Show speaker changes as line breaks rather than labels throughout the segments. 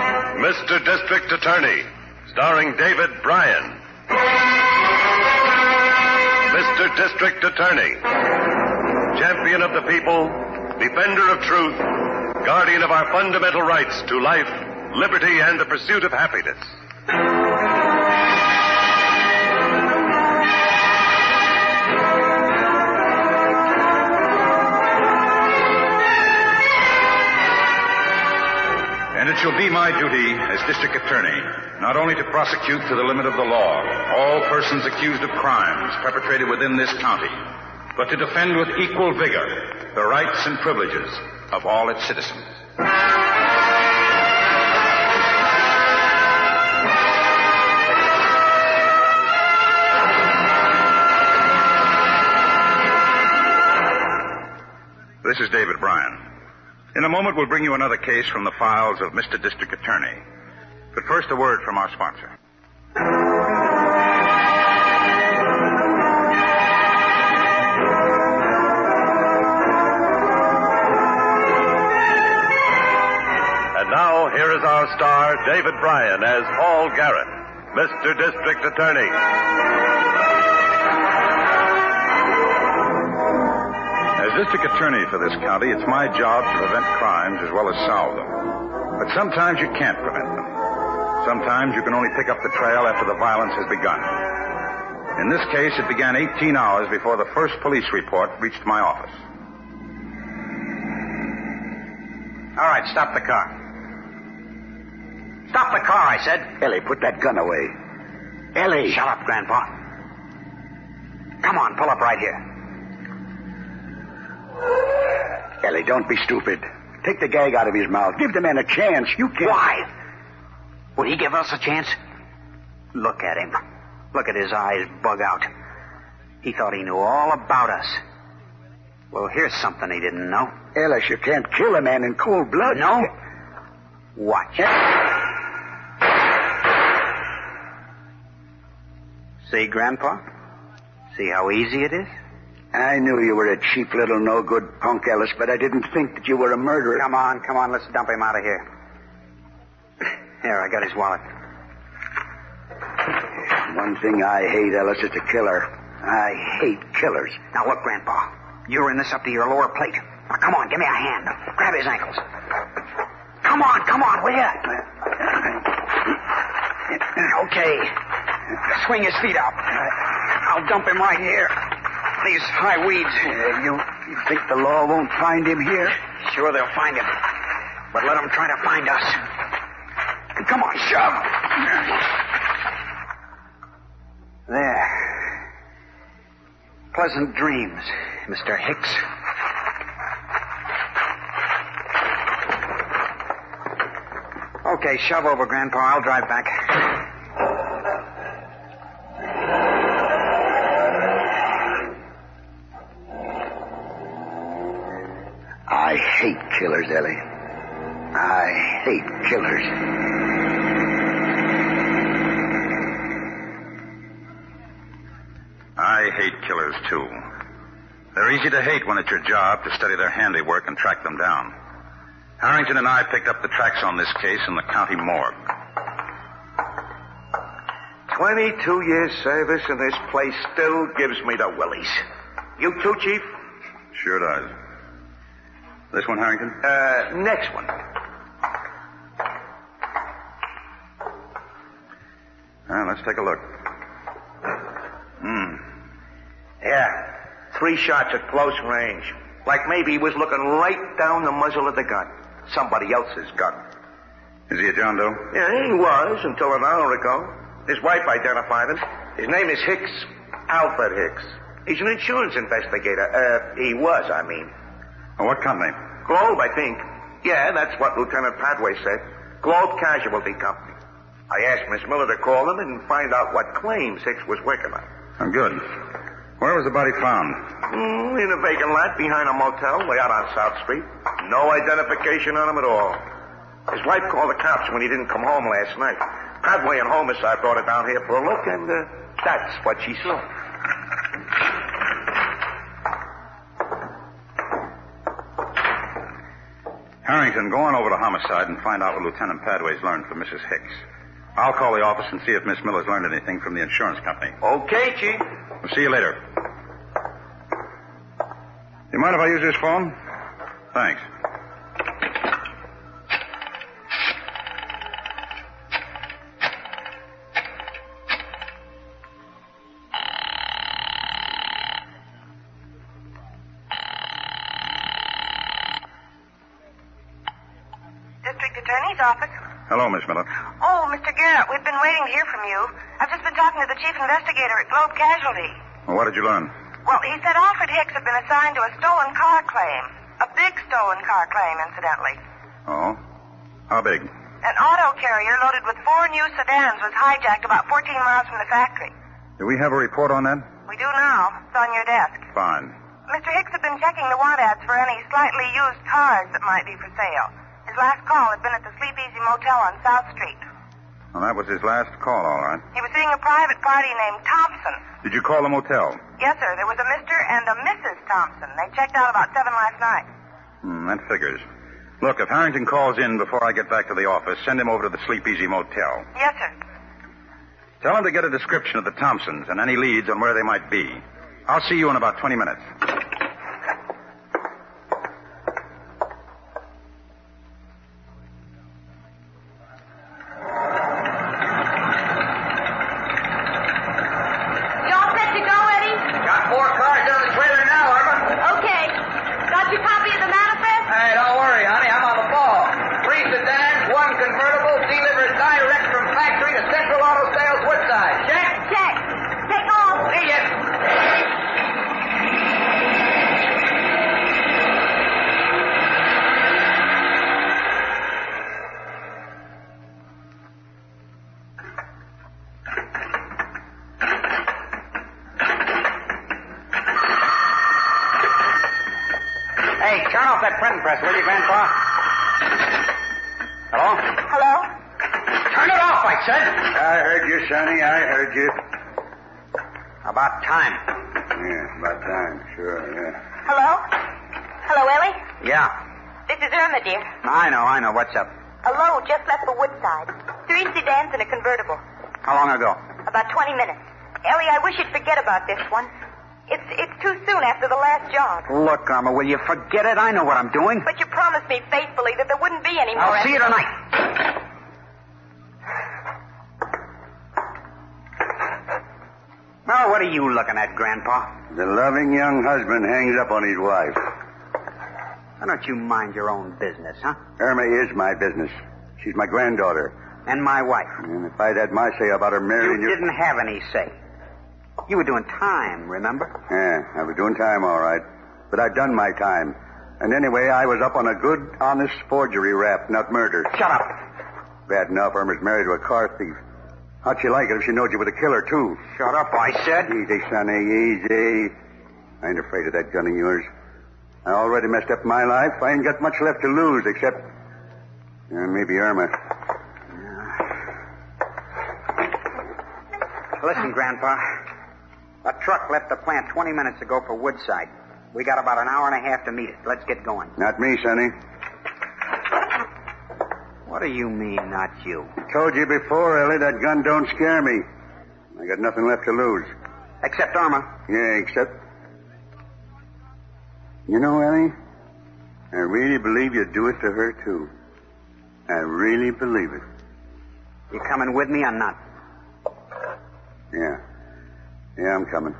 Mr. District Attorney, starring David Bryan. Mr. District Attorney, champion of the people, defender of truth, guardian of our fundamental rights to life, liberty, and the pursuit of happiness.
And it shall be my duty as district attorney not only to prosecute to the limit of the law all persons accused of crimes perpetrated within this county, but to defend with equal vigor the rights and privileges of all its citizens. This is David Bryan. In a moment, we'll bring you another case from the files of Mr. District Attorney. But first, a word from our sponsor.
And now, here is our star, David Bryan, as Paul Garrett, Mr. District Attorney.
As district attorney for this county, it's my job to prevent crimes as well as solve them. But sometimes you can't prevent them. Sometimes you can only pick up the trail after the violence has begun. In this case, it began 18 hours before the first police report reached my office.
All right, stop the car. Stop the car, I said.
Ellie, put that gun away.
Ellie. Shut up, Grandpa. Come on, pull up right here.
Ellie, don't be stupid. Take the gag out of his mouth. Give the man a chance. You can't.
Why? Would he give us a chance? Look at him. Look at his eyes bug out. He thought he knew all about us. Well, here's something he didn't know.
Ellis, you can't kill a man in cold blood.
No? Watch. See, Grandpa? See how easy it is?
I knew you were a cheap little no good punk, Ellis, but I didn't think that you were a murderer.
Come on, come on, let's dump him out of here. Here, I got his wallet.
One thing I hate, Ellis, is a killer. I hate killers.
Now look, Grandpa. You're in this up to your lower plate. Now come on, give me a hand. Grab his ankles. Come on, come on, will ya? Okay. Swing his feet out. I'll dump him right here. These high weeds.
Uh, you, you think the law won't find him here?
Sure, they'll find him. But let them try to find us. Come on, shove. There. Pleasant dreams, Mr. Hicks. Okay, shove over, Grandpa. I'll drive back.
I hate killers, Ellie. I hate killers.
I hate killers, too. They're easy to hate when it's your job to study their handiwork and track them down. Harrington and I picked up the tracks on this case in the county morgue.
22 years service in this place still gives me the willies. You too, Chief?
Sure does. This one, Harrington?
Uh, next one.
Well, Ah, let's take a look.
Yeah. Three shots at close range. Like maybe he was looking right down the muzzle of the gun. Somebody else's gun.
Is he a John Doe?
Yeah, he was until an hour ago. His wife identified him. His name is Hicks, Alfred Hicks. He's an insurance investigator. Uh, he was, I mean.
Well, Oh, what company?
Globe, I think. Yeah, that's what Lieutenant Padway said. Globe Casualty Company. I asked Miss Miller to call him and find out what claims Hicks was working on.
Oh, good. Where was the body found?
Mm, in a vacant lot behind a motel way out on South Street. No identification on him at all. His wife called the cops when he didn't come home last night. Padway and Homicide brought it down here for a look, and uh, that's what she saw.
Harrington, go on over to homicide and find out what Lieutenant Padway's learned from Mrs. Hicks. I'll call the office and see if Miss Miller's learned anything from the insurance company.
Okay, Chief.
We'll see you later. You mind if I use this phone? Thanks.
District Attorney's office.
Hello, Miss Miller.
Oh, Mr. Garrett, we've been waiting to hear from you. I've just been talking to the chief investigator at Globe Casualty.
Well, what did you learn?
Well, he said Alfred Hicks had been assigned to a stolen car claim. A big stolen car claim, incidentally.
Oh? How big?
An auto carrier loaded with four new sedans was hijacked about 14 miles from the factory.
Do we have a report on that?
We do now. It's on your desk.
Fine.
Mr. Hicks had been checking the want ads for any slightly used cars that might be for sale. His last call had been at the Sleep Easy Motel on South Street.
Well, that was his last call, all right.
He was seeing a private party named Thompson.
Did you call the motel?
Yes, sir. There was a Mr. and a Mrs. Thompson. They checked out about seven last night.
Hmm, that figures. Look, if Harrington calls in before I get back to the office, send him over to the Sleep Easy Motel.
Yes, sir.
Tell him to get a description of the Thompsons and any leads on where they might be. I'll see you in about 20 minutes.
Y'all set to go, Eddie?
Got four cars on the trailer now, Irma.
Okay. Got your copy of the manifest?
Hey, don't worry, honey. I'm on the ball. Three sedans, one convertible, delivered direct from factory to Central Auto Sales Woodside. Check.
Check. Take off.
See ya.
Hey, turn off that printing press, will you, Grandpa? Hello?
Hello?
Turn it off, I said.
I heard you, Sonny. I heard you.
About time.
Yeah, about time. Sure, yeah.
Hello? Hello, Ellie?
Yeah.
This is Irma, dear.
I know, I know. What's up?
A load just left for Woodside. Three sedans and a convertible.
How long ago?
About 20 minutes. Ellie, I wish you'd forget about this one. It's, it's too soon after the last job.
Look, Irma, will you forget it? I know what I'm doing.
But you promised me faithfully that there wouldn't be any more.
I'll see you tonight. Now, what are you looking at, Grandpa?
The loving young husband hangs up on his wife.
Why don't you mind your own business, huh?
Irma is my business. She's my granddaughter.
And my wife.
And if I'd had my say about her
You
marrying you.
didn't have any say. You were doing time, remember?
Yeah, I was doing time all right. But I'd done my time. And anyway, I was up on a good, honest forgery rap, not murder.
Shut up.
Bad enough, Irma's married to a car thief. How'd she like it if she knowed you were the killer, too?
Shut up, I said.
Easy, Sonny, easy. I ain't afraid of that gun of yours. I already messed up my life. I ain't got much left to lose except uh, maybe Irma.
Listen, Grandpa. A truck left the plant 20 minutes ago for Woodside. We got about an hour and a half to meet it. Let's get going.
Not me, Sonny.
What do you mean, not you?
Told you before, Ellie, that gun don't scare me. I got nothing left to lose.
Except Irma.
Yeah, except. You know, Ellie, I really believe you'd do it to her, too. I really believe it.
You coming with me or not?
Yeah. Yeah, I'm coming.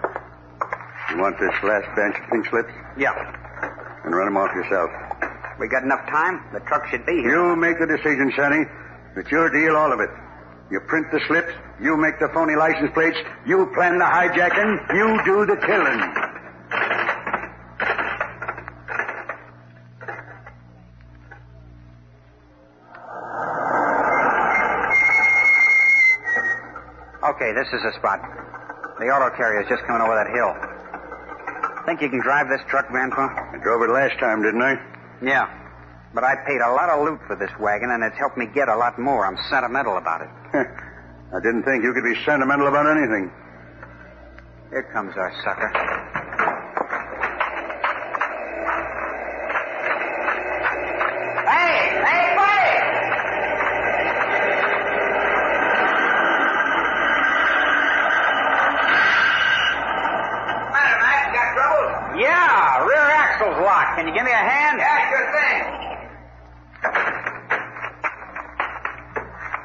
You want this last batch of pink slips?
Yeah.
And run them off yourself.
We got enough time. The truck should be here.
You make the decision, Sonny. It's your deal, all of it. You print the slips, you make the phony license plates, you plan the hijacking, you do the killing.
Okay, this is the spot. The auto carrier's just coming over that hill. Think you can drive this truck, Grandpa?
I drove it last time, didn't I?
Yeah. But I paid a lot of loot for this wagon, and it's helped me get a lot more. I'm sentimental about it.
I didn't think you could be sentimental about anything.
Here comes our sucker. Hey!
Can you give me a hand?
Yeah, sure thing.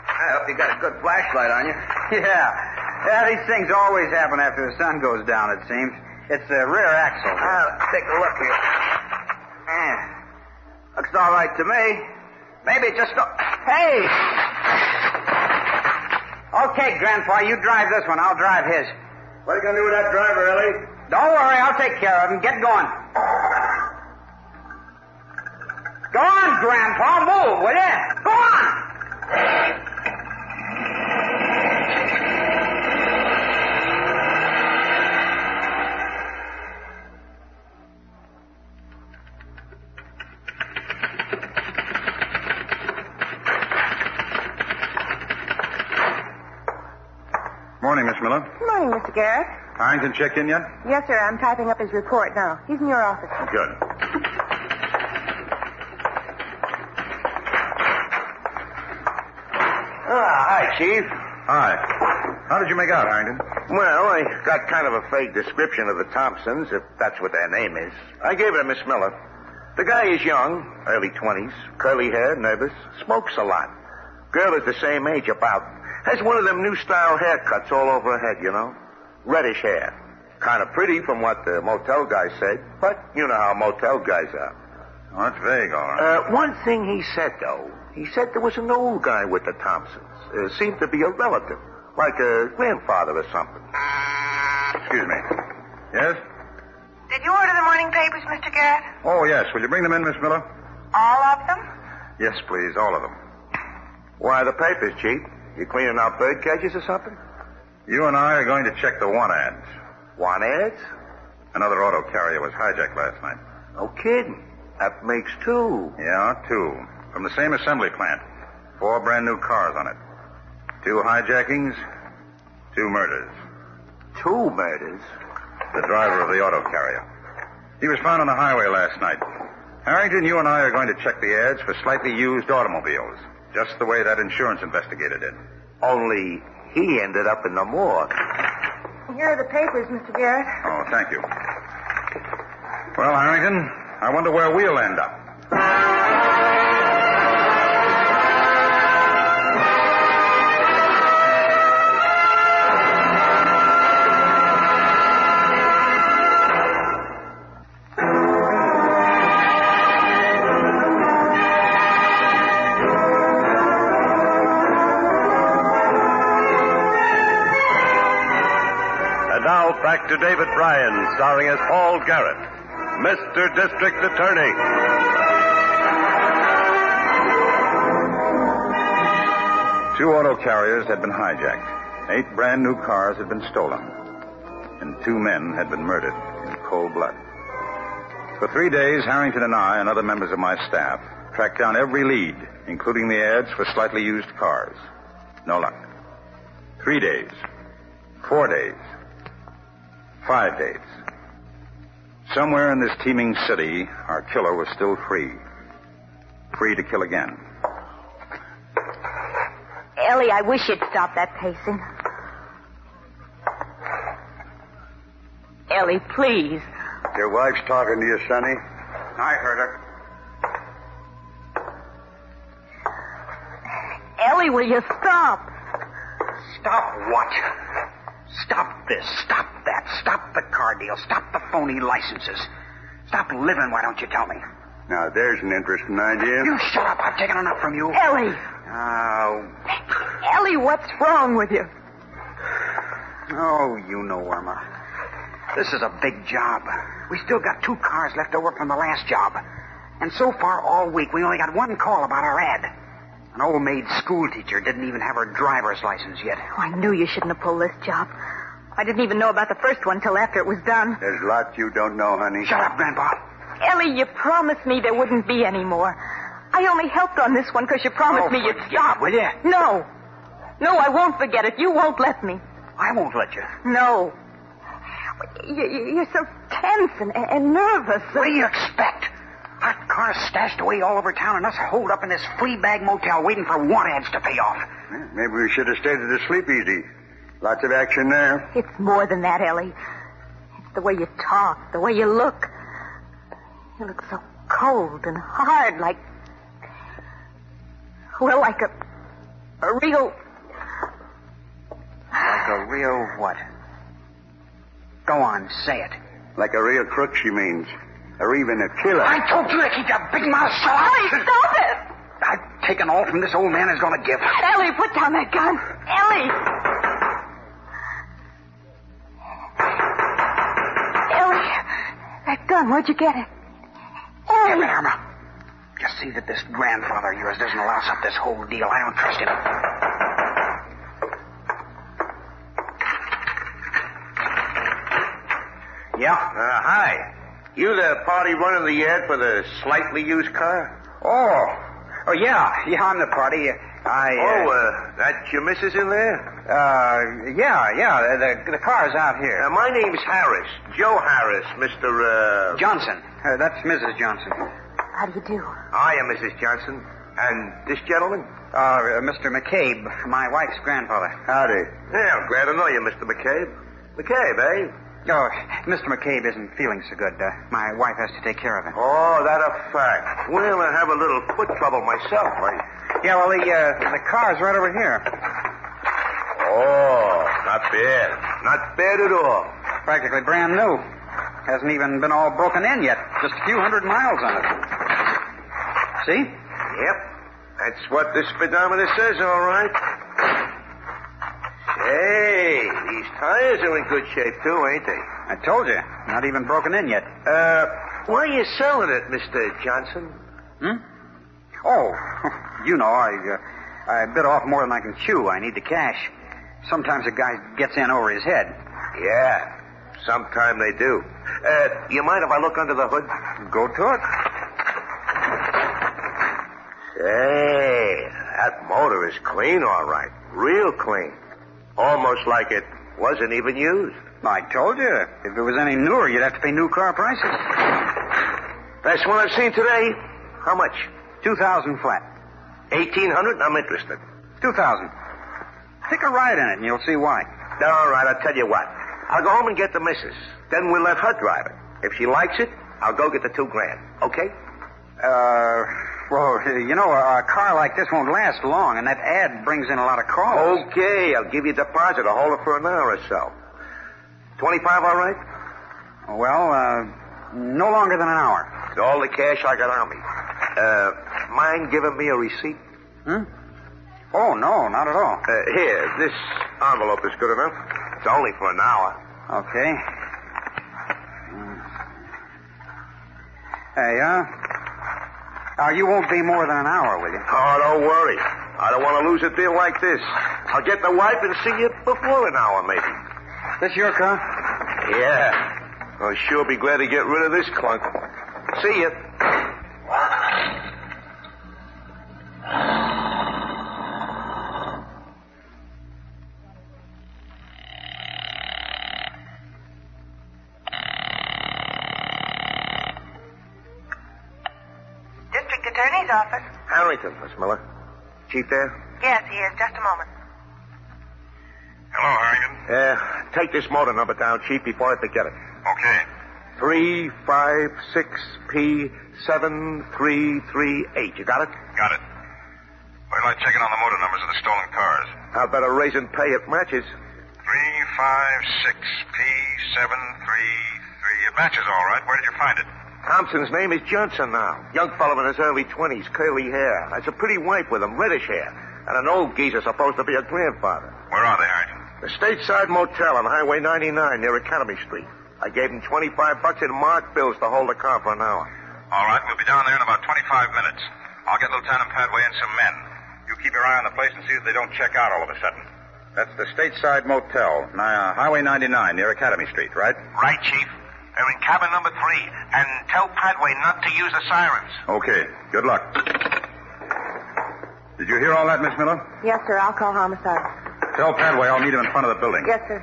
I hope you got a good flashlight on you.
Yeah. Yeah, these things always happen after the sun goes down, it seems. It's the rear axle.
Now, take a look here. Yeah. Looks all right to me. Maybe it just a...
Hey! Okay, Grandpa, you drive this one. I'll drive his.
What are you going to do with that driver, Ellie?
Don't worry, I'll take care of him. Get going. Go on, Grandpa. Move, will you? Go on!
Morning, Miss Miller.
Good morning, Mr. Garrett.
Harrington checked in yet?
Yes, sir. I'm typing up his report now. He's in your office.
Good.
Ah, hi, Chief.
Hi. How did you make out, Harrington?
Well, I got kind of a vague description of the Thompsons, if that's what their name is. I gave it to Miss Miller. The guy is young, early 20s, curly hair, nervous, smokes a lot. Girl is the same age, about. Has one of them new style haircuts all over her head, you know? Reddish hair. Kind of pretty from what the motel guy said, but you know how motel guys are.
Oh, that's vague, all right.
Uh, one thing he said, though, he said there was an old guy with the Thompsons. Uh, seemed to be a relative, like a grandfather or something.
Excuse me. Yes?
Did you order the morning papers, Mr. Garrett?
Oh, yes. Will you bring them in, Miss Miller?
All of them?
Yes, please. All of them.
Why, the papers, Chief. You cleaning out bird cages or something?
You and I are going to check the want ads.
Want ads?
Another auto carrier was hijacked last night.
No kidding. That makes two.
Yeah, two. From the same assembly plant. Four brand new cars on it. Two hijackings, two murders.
Two murders?
The driver of the auto carrier. He was found on the highway last night. Harrington, you and I are going to check the ads for slightly used automobiles, just the way that insurance investigator did.
Only he ended up in the morgue.
Here are the papers, Mr. Garrett.
Oh, thank you. Well, Harrington, I wonder where we'll end up.
And now back to David Bryan, starring as Paul Garrett, Mr. District Attorney.
Two auto carriers had been hijacked. Eight brand new cars had been stolen. And two men had been murdered in cold blood. For three days, Harrington and I and other members of my staff tracked down every lead, including the ads for slightly used cars. No luck. Three days. Four days. Five days. Somewhere in this teeming city, our killer was still free. Free to kill again.
Ellie, I wish you'd stop that pacing. Ellie, please.
Your wife's talking to you, Sonny.
I heard her.
Ellie, will you stop?
Stop what? Stop this. Stop that. Stop the car deal. Stop the phony licenses. Stop living, why don't you tell me?
Now, there's an interesting idea.
You shut up. I've taken enough from you.
Ellie!
Oh,
Ellie, what's wrong with you?
oh, you know, Irma. This is a big job. We still got two cars left over from the last job. And so far all week, we only got one call about our ad. An old maid schoolteacher didn't even have her driver's license yet.
Oh, I knew you shouldn't have pulled this job. I didn't even know about the first one till after it was done.
There's a lot you don't know, honey.
Shut up, Grandpa.
Ellie, you promised me there wouldn't be any more. I only helped on this one because you promised
Oh,
me you'd
forget it, will you?
No. No, I won't forget it. You won't let me.
I won't let you.
No. You- you- You're so tense and, and nervous.
What do you expect? Our car's stashed away all over town and us holed up in this flea bag motel waiting for want ads to pay off.
Maybe we should have stayed at the sleep easy. Lots of action there.
It's more than that, Ellie. It's the way you talk, the way you look. He looked so cold and hard, like. Well, like a. a real.
Like a real what? Go on, say it.
Like a real crook, she means. Or even a killer.
I told you to keep your big mouth shut. Ellie,
stop it!
I've taken all from this old man is going to give.
Ellie, put down that gun. Ellie! Ellie, that gun, where'd you get it?
Give me hammer. You see that this grandfather of yours doesn't louse up this whole deal. I don't trust him.
Yeah? Uh, hi. You the party running the ad for the slightly used car?
Oh. Oh, yeah. Yeah, I'm the party. I.
Oh, uh, that your missus in there?
uh, uh, yeah, yeah. The, the car's out here.
Uh, my name's Harris. Joe Harris, Mr. Uh...
Johnson. Uh, that's Mrs. Johnson.
How do you do?
Hiya, Mrs. Johnson. And this gentleman?
Uh, uh, Mr. McCabe, my wife's grandfather.
Howdy.
Yeah, I'm glad to know you, Mr. McCabe. McCabe, eh?
Oh, Mr. McCabe isn't feeling so good. Uh, my wife has to take care of him.
Oh, that a fact. Well, I have a little foot trouble myself. I...
Yeah, well, the, uh, the car's right over here.
Oh, not bad. Not bad at all.
Practically brand new. Hasn't even been all broken in yet. Just a few hundred miles on it. See?
Yep. That's what the speedometer says, all right. Hey, these tires are in good shape, too, ain't they?
I told you. Not even broken in yet.
Uh, why are you selling it, Mr. Johnson?
Hmm? Oh, you know, I, uh, I bit off more than I can chew. I need the cash. Sometimes a guy gets in over his head.
Yeah, sometime they do. Uh, you mind if I look under the hood?
Go to it.
Hey, that motor is clean, all right. Real clean. Almost like it wasn't even used.
I told you. If it was any newer, you'd have to pay new car prices.
Best one I've seen today. How much?
2,000 flat.
1,800? I'm interested.
2,000. Take a ride in it and you'll see why.
All right, I'll tell you what. I'll go home and get the missus. Then we'll let her drive it. If she likes it, I'll go get the two grand. Okay?
Uh, well, you know, a car like this won't last long, and that ad brings in a lot of calls.
Okay, I'll give you a deposit. I'll hold it for an hour or so. 25, all right?
Well, uh, no longer than an hour.
It's all the cash I got on me. Uh, mind giving me a receipt?
Hmm? Oh, no, not at all.
Uh, here, this envelope is good enough. It's only for an hour.
Okay. Hey, uh. Uh, you won't be more than an hour, will you?
Oh, don't worry. I don't want to lose a deal like this. I'll get the wife and see you before an hour, maybe.
This your car?
Yeah. I'll sure be glad to get rid of this clunk. See you.
District Attorney's office.
Harrington, Miss Miller. Chief there?
Yes, he is. Just a moment.
Hello, Harrington.
Uh, take this motor number down, Chief, before I forget it.
Okay.
356P7338. You got it?
Got it. Wait till I check in on the motor numbers of the stolen cars.
How about a raise and pay it matches?
356P733. It matches all right. Where did you find it?
Thompson's name is Johnson now. Young fellow in his early 20s, curly hair. That's a pretty wife with him, reddish hair. And an old geezer supposed to be a grandfather.
Where are they, Harrington?
The Stateside Motel on Highway 99 near Academy Street. I gave him 25 bucks in marked bills to hold the car for an hour.
All right, we'll be down there in about 25 minutes. I'll get Lieutenant Padway and some men. You keep your eye on the place and see that they don't check out all of a sudden.
That's the Stateside Motel, ni- uh, Highway 99, near Academy Street, right?
Right, Chief. They're in cabin number three. And tell Padway not to use the sirens.
Okay. Good luck. Did you hear all that, Miss Miller?
Yes, sir. I'll call homicide.
Tell Padway I'll meet him in front of the building.
Yes, sir.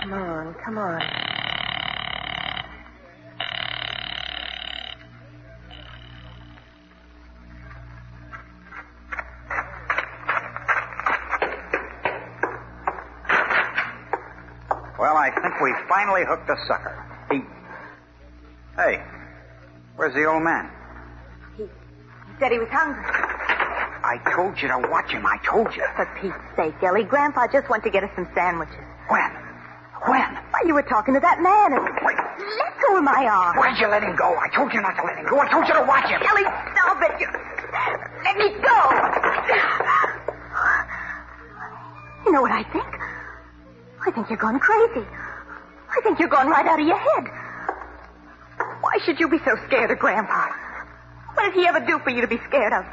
Come on, come on.
think we finally hooked a sucker. He. Hey, where's the old man?
He said he was hungry.
I told you to watch him. I told you.
For Pete's sake, Ellie, Grandpa just went to get us some sandwiches.
When? When?
Why, you were talking to that man. And...
Wait.
Let go of my arm.
Why'd you let him go? I told you not to let him go. I told you to watch him.
Ellie, stop it. You... Let me go. You know what I think? I think you're gone crazy. I think you're gone right out of your head. Why should you be so scared of Grandpa? What did he ever do for you to be scared of?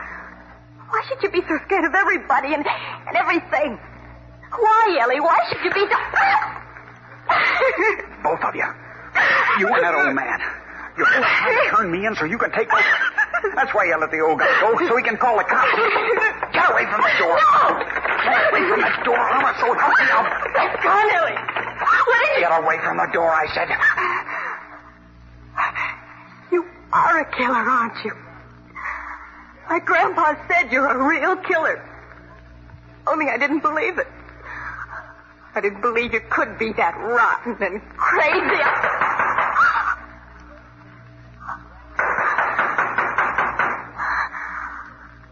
Why should you be so scared of everybody and, and everything? Why, Ellie? Why should you be so.
Both of you. You and that old man. You both tried to turn me in so you can take over. That's why you let the old guy go, so he can call the cops. Get away from the door.
No!
Get away from the door. I'm a so help me out.
That's gone, Ellie. What did you.
Get away from the door, I said.
You are a killer, aren't you? My grandpa said you're a real killer. Only I didn't believe it. I didn't believe you could be that rotten and crazy.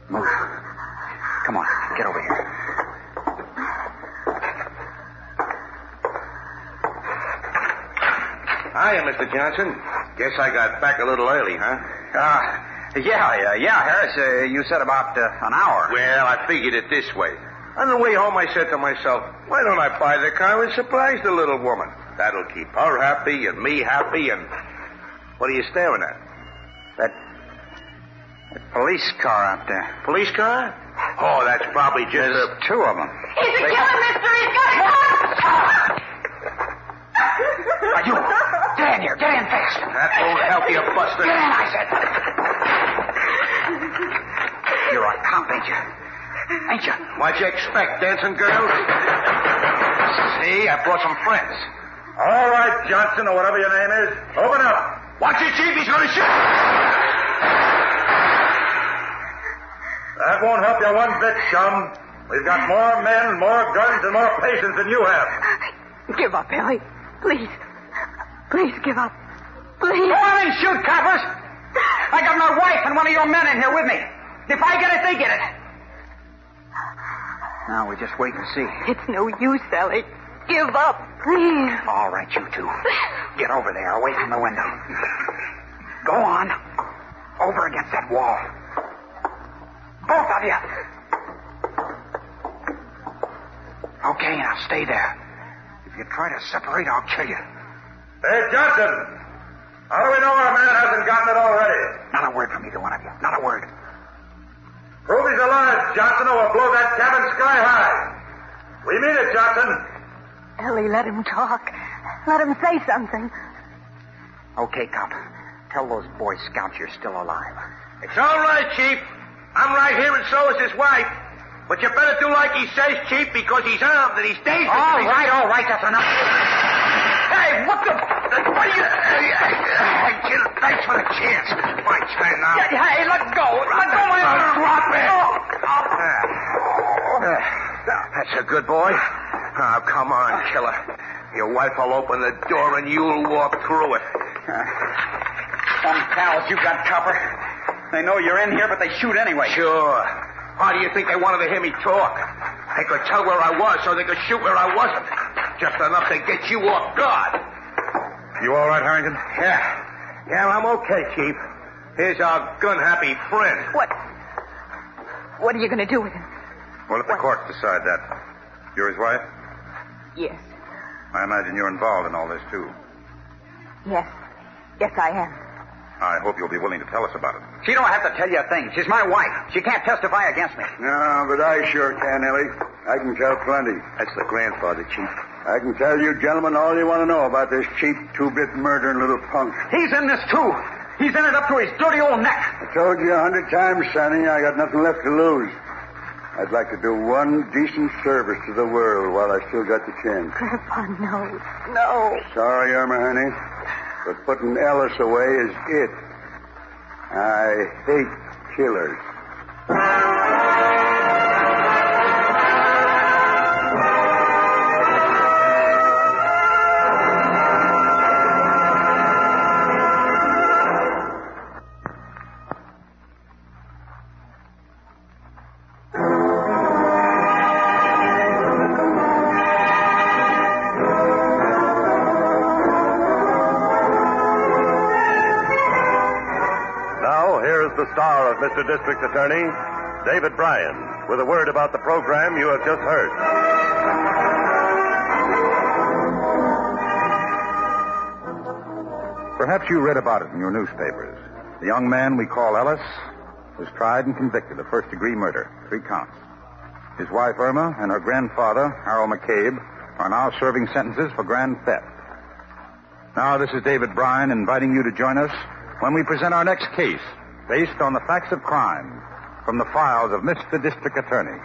Move. Come on, get over here.
Hiya, Mr. Johnson. Guess I got back a little early, huh? Ah,
Uh, yeah, yeah, yeah, Harris. Uh, you said about uh, an hour.
Well, I figured it this way. On the way home, I said to myself, why don't I buy the car and surprise the little woman? That'll keep her happy and me happy and. What are you staring at?
That, that police car out there.
Police car? Oh, that's probably just
There's
uh,
a.
two of them.
He's a killer, mister. He's got a gun.
Are you? Get in here. Get in fast.
That won't help you, Buster.
Get in, I said. You're a cop, ain't you? Ain't you?
What'd you expect, dancing girls?
See, I brought some friends.
All right, Johnson, or whatever your name is, open up.
Watch it, Chief. He's gonna shoot.
That won't help you one bit, chum. We've got more men, more guns, and more patience than you have.
Give up, Ellie. Please. Please give up. Please.
Go on and shoot, coppers. I got my wife and one of your men in here with me. If I get it, they get it. Now we just wait and see.
It's no use, Ellie. Give up, please.
All right, you two. Get over there, away from the window. Go on. Over against that wall. Both of you. Okay, now stay there. If you try to separate, I'll kill you.
Hey, Johnson, how do we know our man hasn't gotten it already?
Not a word from either one of you. Not a word.
Prove he's alive, Johnson, or we'll blow that cabin sky high. We mean it, Johnson.
Ellie, let him talk. Let him say something.
Okay, cop. Tell those Boy Scouts you're still alive.
It's all right, Chief. I'm right here, and so is his wife. But you better do like he says, Chief, because he's armed and he's dangerous.
All
He's-
right, all right, that's enough. Hey, what the? What are you? Hey, kid, thanks for the chance. My turn now. Hey, let go. let go my arm. Drop it. Oh.
Uh, That's a good boy. Oh, come on, killer. Your wife will open the door and you'll walk through it.
Some pals you got, Copper. They know you're in here, but they shoot anyway.
Sure. Why do you think they wanted to hear me talk? They could tell where I was so they could shoot where I wasn't. Just enough to get you off guard.
You all right, Harrington?
Yeah. Yeah, I'm okay, Chief. Here's our gun happy friend.
What? What are you going to do with him?
We'll let the courts decide that. You're his wife?
Yes.
I imagine you're involved in all this, too.
Yes. Yes, I am.
I hope you'll be willing to tell us about it.
She don't have to tell you a thing. She's my wife. She can't testify against me.
No, but I sure can, Ellie. I can tell plenty.
That's the grandfather, Chief.
I can tell you, gentlemen, all you want to know about this cheap two-bit murdering little punk.
He's in this too. He's in it up to his dirty old neck.
I told you a hundred times, Sonny, I got nothing left to lose. I'd like to do one decent service to the world while I still got the chance.
Grandpa, no. No.
Sorry, Irma, honey, but putting Ellis away is it. I hate killers.
the star of Mr. District Attorney, David Bryan, with a word about the program you have just heard.
Perhaps you read about it in your newspapers. The young man we call Ellis was tried and convicted of first degree murder, three counts. His wife, Irma, and her grandfather, Harold McCabe, are now serving sentences for grand theft. Now, this is David Bryan inviting you to join us when we present our next case based on the facts of crime from the files of Mr. District Attorney.